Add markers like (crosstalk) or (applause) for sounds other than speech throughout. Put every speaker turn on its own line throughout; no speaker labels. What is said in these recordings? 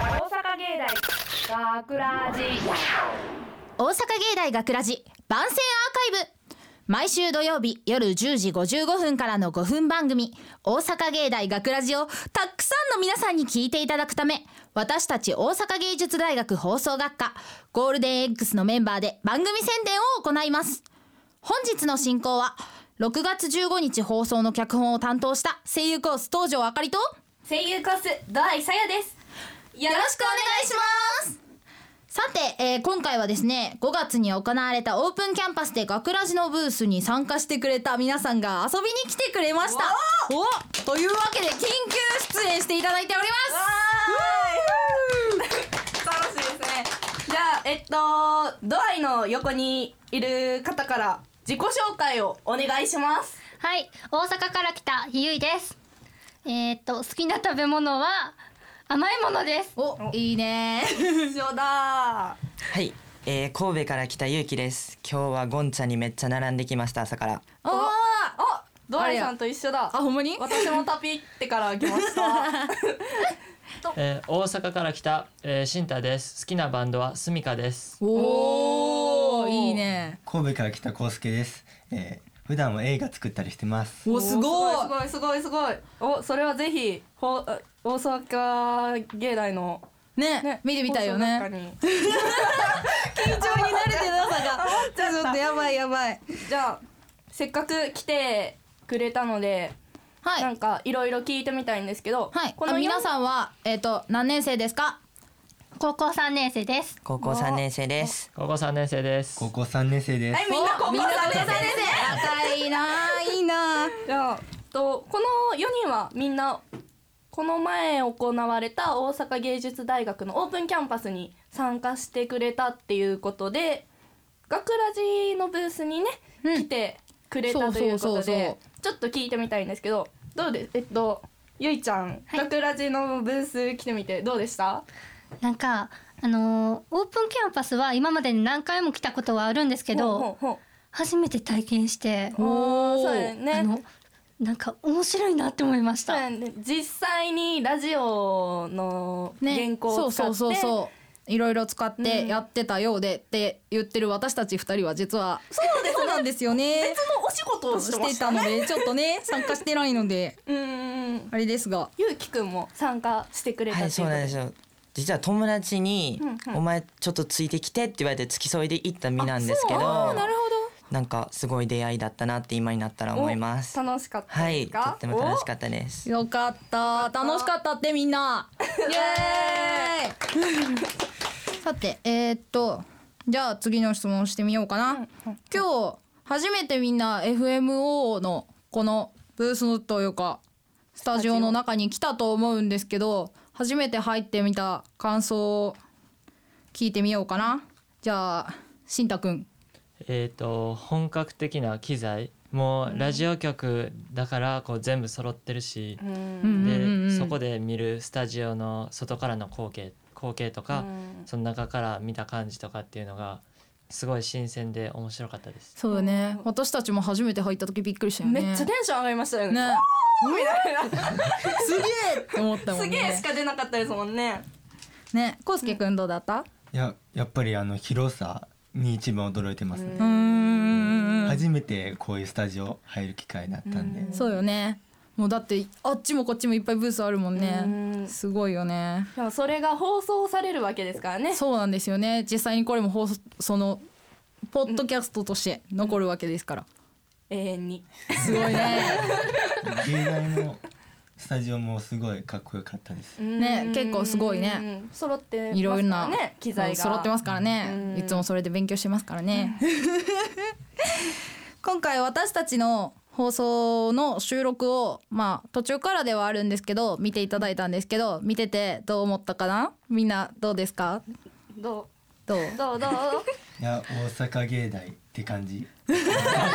芸大学ラジ
大阪芸大学ラジ番宣アーカイブ毎週土曜日夜10時55分からの5分番組「大阪芸大学ラジをたくさんの皆さんに聞いていただくため私たち大阪芸術大学放送学科ゴールデン X のメンバーで番組宣伝を行います本日の進行は6月15日放送の脚本を担当した声優コース東條あかりと
声優コースドアイさやです
よろしくお願いしますさて、えー今回はですね5月に行われたオープンキャンパスで学ラジのブースに参加してくれた皆さんが遊びに来てくれましたおというわけで緊急出演していただいております
楽しいですねじゃあえっとドアイの横にいる方から自己紹介をお願いします
はい、大阪から来たゆいです。えーっと好きな食べ物は甘いものです。
おいいね
一緒だ
はい、えー、神戸から来たゆうきです。今日はゴンチャにめっちゃ並んできました朝から。
お
お
ー
あドアイさんと一緒だ
あほんまに
私もタピってから来ました
えー大阪から来た、えー、シンタです好きなバンドはスミカです
お
お
お
ー
いいね
神戸から来たコウスケです、えー、普段は映画作ったりしてま
(laughs)
す
おすごい
すごいすごいすごいおそれはぜひほ大阪芸大の
ね見てみたいよね (laughs)
放送
緊張に慣れてなさが
(laughs)
ちょっとやばいやばい
学科にじゃあせっかく来てくれたので、
はい
なんかいろいろ聞いてみたいんですけど、
はい、
こ
あ
の
皆
ん
さんは、えっ、と、何年生ですか。
高校三年生です。
高校三年生です。
高校3年生です
高校3年生です、
はいみんなこ
お
こ
みんな高校
さ
三
んで
年生。赤いなー、いいなー。
じゃあとこの4人はみんなこの前行われた大阪芸術大学のオープンキャンパスに参加してくれたっていうことで学ラジのブースにね、
うん
来てくれたという
そう
こ
そうそう
と
そう
でちょっと聞いてみたいんですけどどうですえっとゆいちゃん、学ラジのブース来てみてどうでした
なんかあのーオープンキャンパスは今までに何回も来たことはあるんですけ
ほう
ど、
ほうほう
初めて体験して、
おーそうや
あ
ね
のなんか面白いなって思いまし
そう
た。
やね実際にラジオの原稿
そ
を
う
使っ
そう
て
そうそう。いろいろ使っ
う
て
ん
やってたようでって言ってる私たち二人は実はそうです、そうなんですよね
別のお仕事をしてま
して
した
たのでちょっとね参加してないので
うんうんうん
あれですが
ゆうきくんも参加してくれた
はい、そうなんです
よ
よ。実は友達に、
うんうん
お前ちょっとついてきてって言われて付き添いで行った身なんですけど、
あー
な
なる
んかすごい出会いだったなって今になったら
ほど
思います。
お楽しかった
は
で
い、
す
と
か
っても楽しか
っ
ったです。
よかった楽しかったってみんなイエーイ (laughs) さてえーっとじゃあ次の質問をしてみようかな、今日初めてみんな FMO のこのブースのというかスタジオの中に来たと思うんですけど初めて入ってみた感想を聞いてみようかなじゃあしんたくん
えっ、と本格的な機材もうラジオ局だからこう全部揃ってるし、
たう
うんんうんうん
でそこで見るスタジオの外からの光景光景とか、その中から見た感じとかっていうのがすごい新鮮で面白かったです
そうだね私たちも初めて入った時びっくりしたよね
めっちゃテンション上がりましたよね
ね
みたいな
すげえって思ったも
す
ん
げ
ね
えしか出なかったですもんね
ね、こうすけくんどうだった？
いややっぱりあの広さに一番驚いてますね、
うーん
初めてこういうスタジオ入る機会だったんで、
うん
そうよね。もうだってあっちもこっちもいっぱいブースあるもんね。
うん
すごいよね。
でもそれが放送されるわけですからね
そうなんですよね。実際にこれも放送そのポッドキャストとして残るわけです
(laughs)
から。
永遠に
すごいね。
芸大のスタジオもすごいかっこよかったです、
ね
うん
結構すごいね
うん揃ってますからね
いろいろな
機材が
揃ってますからね
う。ん
いつもそれで勉強してますからね。 (laughs) 今回私たちの放送の収録をまあ途中からではあるんですけど見ていただいたんですけど見ててどう思ったかな？みんなどうですか？
ど
どう？
うどうどう
いや大阪芸大って感じ
(laughs) せやな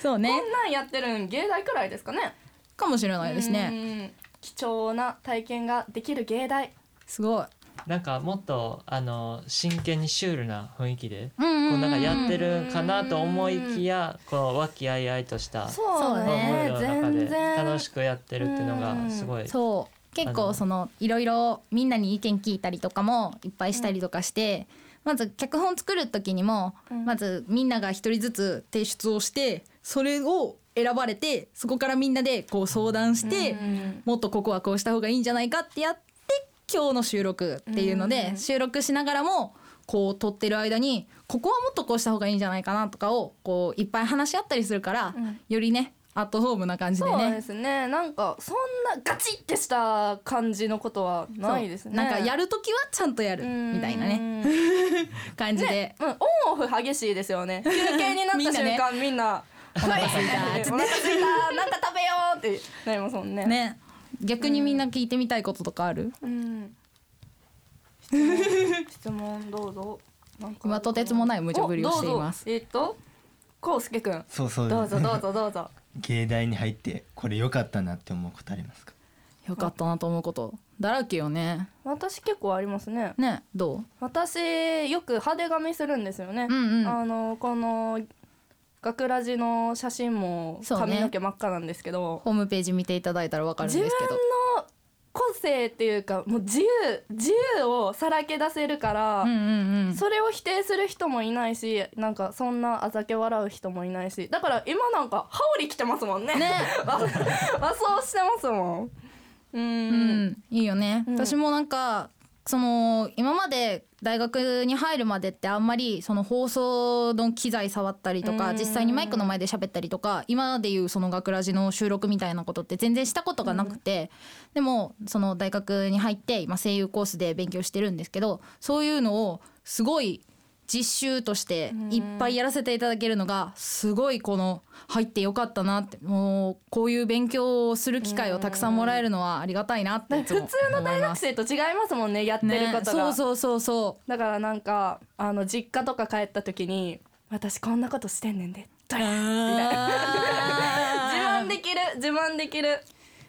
そうね
こん。なんやってるん芸大くらいですかね
かもしれないですね。
ね貴重な体験ができる芸大
すごい。
なんかもっとあの真剣にシュールな雰囲気で、
うんうんうん
こうなんかやってるかなと思いきやこう和気あいあいとした
そう
う
ね
ね
ムードの中
全
で
然
楽しくやってるっていうのがすごい
そう。結
あ
構
の
そのいろいろみんなに意見聞いたりとかもいっぱいしたりとかして、まず脚本作る時にも、
うん
まずみんなが一人ずつ提出をしてそれを選ばれてそこからみんなでこう相談して、
うん
もっとここはこうした方がいいんじゃないかってやって今日の収録っていうので、
うん
収録しながらもこう撮ってる間にここはもっとこうした方がいいんじゃないかなとかをこういっぱい話し合ったりするから、
うん
よりねアットホームな感じで
そうで
ね。
すねなんかそんなガチってした感じのことはないですね
そうなんかや
る
る時はちゃんとやるみたいなね
ね
感じで
ね、うん、オンオフ激しいですよね休憩になっ
みん
た
なね
瞬間みんな「お腹すいた」「 (laughs) お腹すいた」「なんか食べよう」ってなりますもんね。
ね逆にみんな聞いてみたいこととかある、
うん、質問質問どうぞ。なんか
今とてつもない無茶ぶりをしています
おどうぞえっと、こうすけくん。
そうそう
どうぞどうぞどうぞ。
芸大に入ってこれ良かったなって思うことありますか
よかったなと思うことだらけよね
私結構ありますね。
ねどう
私よく派手髪するんですよね。
うんうん
あのこの学ラジの写真も
そうね
髪の毛真っ赤なんですけど、
ホームページ見ていただいたらわかるん
自
で
分
すけど
の個性っていうかもう自由自由をさらけ出せるから。
うんうんうん
それを否定する人もいないしなんかそんなあざけ笑う人もいないしだから今なんか羽織着てますもんね
ね
(laughs) 和和装してますもんうー
うんん、いいよね、
うん
私もなんかその今まで大学に入るまでってあんまりその放送の機材触ったりとか
うん
実際にマイクの前で喋ったりとか今までいうその学ラジの収録みたいなことって全然したことがなくて、でもその大学に入って今声優コースで勉強してるんですけどそういうのをすごい実習としていっぱいやらせていただけるのがすごいこの入ってよかったなってもうこういう勉強をする機会をたくさんもらえるのはありがたいなっていつも
普通の大学生と違いますもんねやってる
ね
こ、と
そ
が、
うそうそうそ
だからなんかあの実家とか帰った時に「私こんなことしてんねんで」どれ
う
自慢できる自慢できる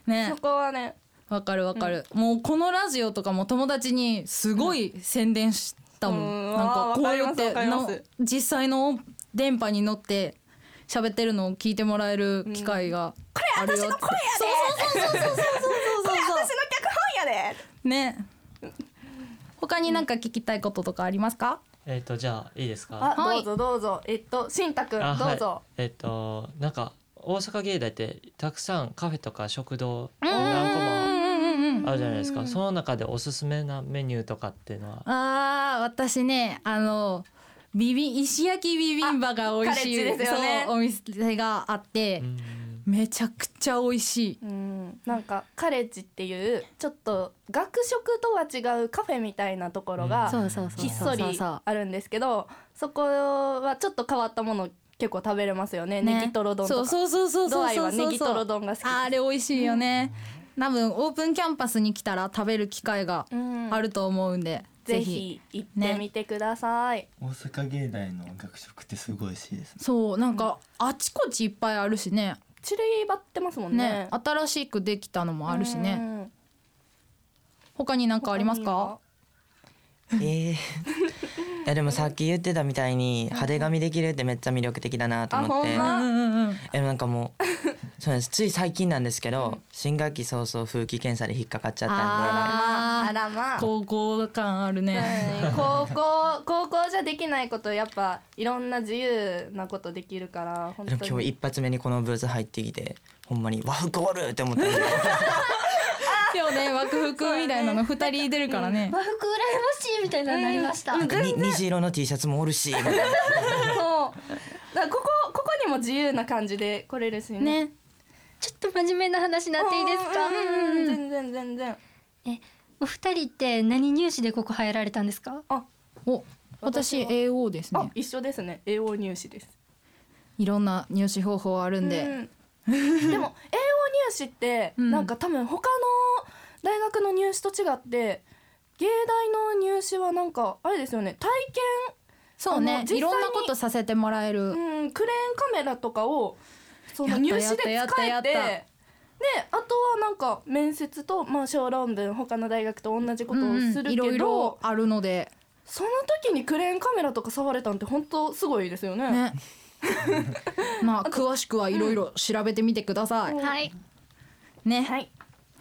ね
そこはね
わかるわかる、もうこのラジオとかも友達にすごい宣伝したもん、
うん
なんかこう
うん
や
わ
っ
かります
て
わかりま
の
す
実際の電波に乗って喋ってるのを聞いてもらえる機会があるよって、これ私の声やでそうそうそうそうそうそうそうそう
私の脚本やで
ね他になんか聞きたいこととかありますか、
えっ、とじゃあいいですか
あ、
はい
どうぞどうぞえっとしんたくん
あ
どうぞ、
はい、えっ、となんか大阪芸大ってたくさんカフェとか食堂
うんうん
何個も
うんうんうん
あるじゃないですかその中でおすすめなメニューとかっていうのは
あー私ねあのビビ石焼きビビンバが美味しい、
あカレッジですよね
そうお店があって、
うん
めちゃくちゃ美味しい
うん、なんかカレッジっていうちょっと学食とは違うカフェみたいなところ
うん
が
うそう
ひっそりあるんですけどそこはちょっと変わったもの結構食べれますよねネギトロ丼と
そう
か
そうそうそうそうそ
ドア
う
イ
そう
はネギトロ丼が好き
あれ美味しいよね、多分オープンキャンパスに来たら食べる機会が
うん
あると思うんで、
ぜひ行ってみてください、
大阪芸大の学食ってすごい美味しいですね
そうなんかあちこちいっぱいあるしね
種類ばってますもんね
ね新しくできたのもあるしね、
うん
他になんかありますか
えーいやでもさっき言ってたみたいに派手髪できるってめっちゃ魅力的だなと
あ
思って
ほんま
うんうんうん
えなんかもうそうなんですつい最近なんですけど、新学期早々風紀検査で引っかかっちゃったんで
あらまあ
高校感あるね、
うん高校高校じゃできないことやっぱいろんな自由なことできるから本
でも
当
今
に
日一発目にこのブーツ入ってきてほんまに和服おるって思ったんで
今日ね和服みたいなの二人出るからね、
和服羨ましいみたいなのになりました、
なんかに虹色の T シャツもおるしみたいな
そうだからここここにも自由な感じで来れるしね
ね
ちょっと真面目な話になっていいですか、
うんうん全然全然
お二人って何入試でここ入られたんですか
あ
お私
私は
AO です
あ
ね
一緒ですね AO 入試です
いろんな入試方法あるんで、
うんでも AO 入試って
うん
なんか多分他の大学の入試と違って芸大の入試はなんかあれですよね体
そう
あの
ね
実際
い
に
ろんなことさせてもらえる、
験、うん、クレーンカメラとかをその
やった
入試で使
やったやっ
え
た
て
やった
であとはなんか面接と、まあ、小論文他の大学と同じことをするけど、
いろいろあるので、
その時にクレーンカメラとか触れたんって本当すごいですよ
(laughs) ね
ね。
まあ詳しくはいろいろ調べてみてください、
はい
ね、
はい、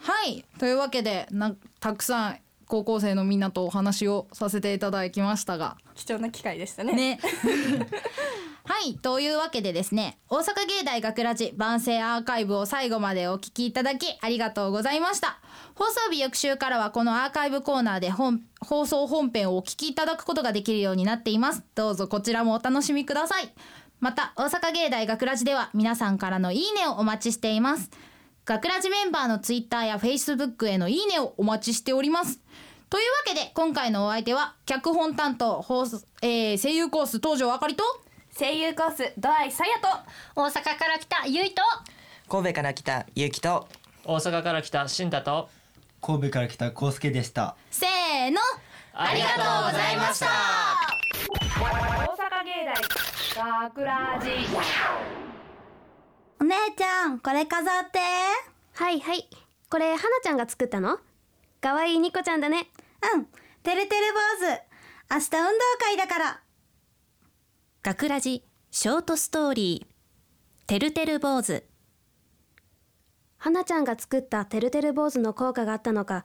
はいというわけでなたくさん高校生のみんなとお話をさせていただきましたが
貴重な機会でしたね
(laughs)
ね
はいというわけでですね大阪芸大学ラジ万世アーカイブを最後までお聞きいただきありがとうございました放送日翌週からはこのアーカイブコーナーで本放送本編をお聞きいただくことができるようになっていますどうぞこちらもお楽しみくださいまた大阪芸大学ラジでは皆さんからのいいねをお待ちしています学ラジメンバーのツイッターやフェイスブックへのいいねをお待ちしておりますというわけで今回のお相手は脚本担当放送、えー声優コース東條あかりと
声優コース度合いさやと
大阪から来たゆいと
神戸から来たゆきと
大阪から来た新太と
神戸から来たコウスケでした
せーの
あ
りがとうございました
大阪芸大学ラジ
お姉ちゃんこれ飾って
はいはいこれ花ちゃんが作ったのかわいいニコちゃんだね
うんてるてる坊主明日運動会だから
学ラジショートストーリーてるてる坊主
花ちゃんが作ったてるてる坊主の効果があったのか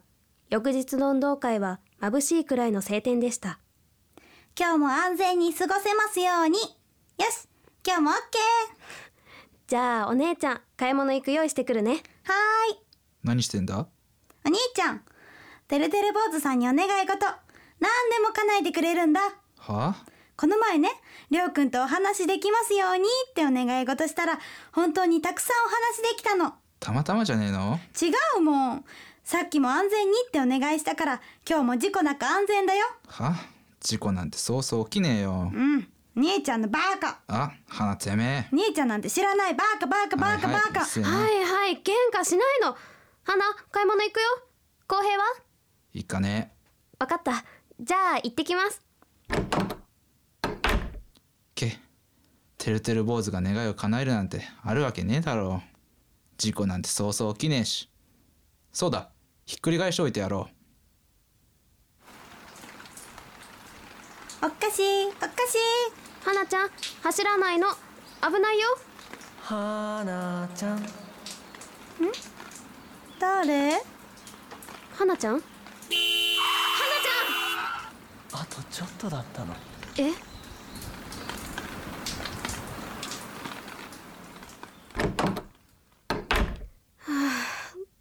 翌日の運動会は眩しいくらいの晴天でした
今日も安全に過ごせますようによし今日も OK
じゃあお姉ちゃん買い物行く用意してくるね
はーい
何してんだ
お兄ちゃんてるてる坊主さんにお願い事何でも叶えてくれるんだ
はあ
この前ねりょうくんとお話できますようにってお願い事したら本当にたくさんお話できたの
たまたまじゃねえの
違うもんさっきも安全にってお願いしたから今日も事故なく安全だよ
は事故なんてそうそう起きねえよ
うん兄ちゃんのバーカ
あ花てめえ
兄ちゃんなんて知らないバーカバーカバーカバーカ、
はい
は
はい
いはい喧嘩しないの花買い物行くよ浩平は
行かねえ
わかったじゃあ行ってきます
けてるてる坊主が願いを叶えるなんてあるわけねえだろう事故なんてそうそう起きねえしそうだひっくり返しておいてやろ
おっかしいおっかしい
花ちゃん走らないの危ないよ
花ちゃん
誰
花ちゃん
あとちょっとだったの
え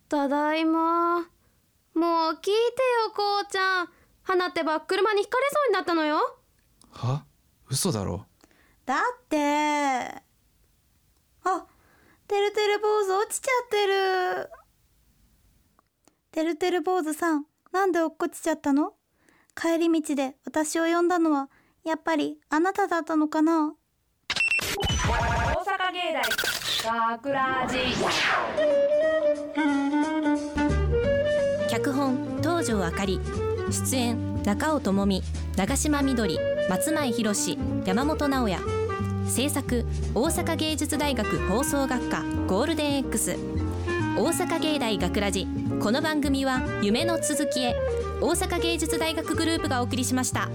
ただいまもう聞いてよこうちゃん花ってば車にひかれそうになったのよ
うは嘘だろ
だってあてるてる坊主落ちちゃってるてるてる坊主さんなんで落っこちちゃったの帰り道で私を呼んだのはやっぱりあなただったのかな
大阪芸大学ラジ
脚本東條あかり出演中尾智美長島みどり松前博志山本直也制作大阪芸術大学放送学科ゴールデン X 大阪芸大学ラジこの番組は夢の続きへ大阪芸術大学グループがお送りしました。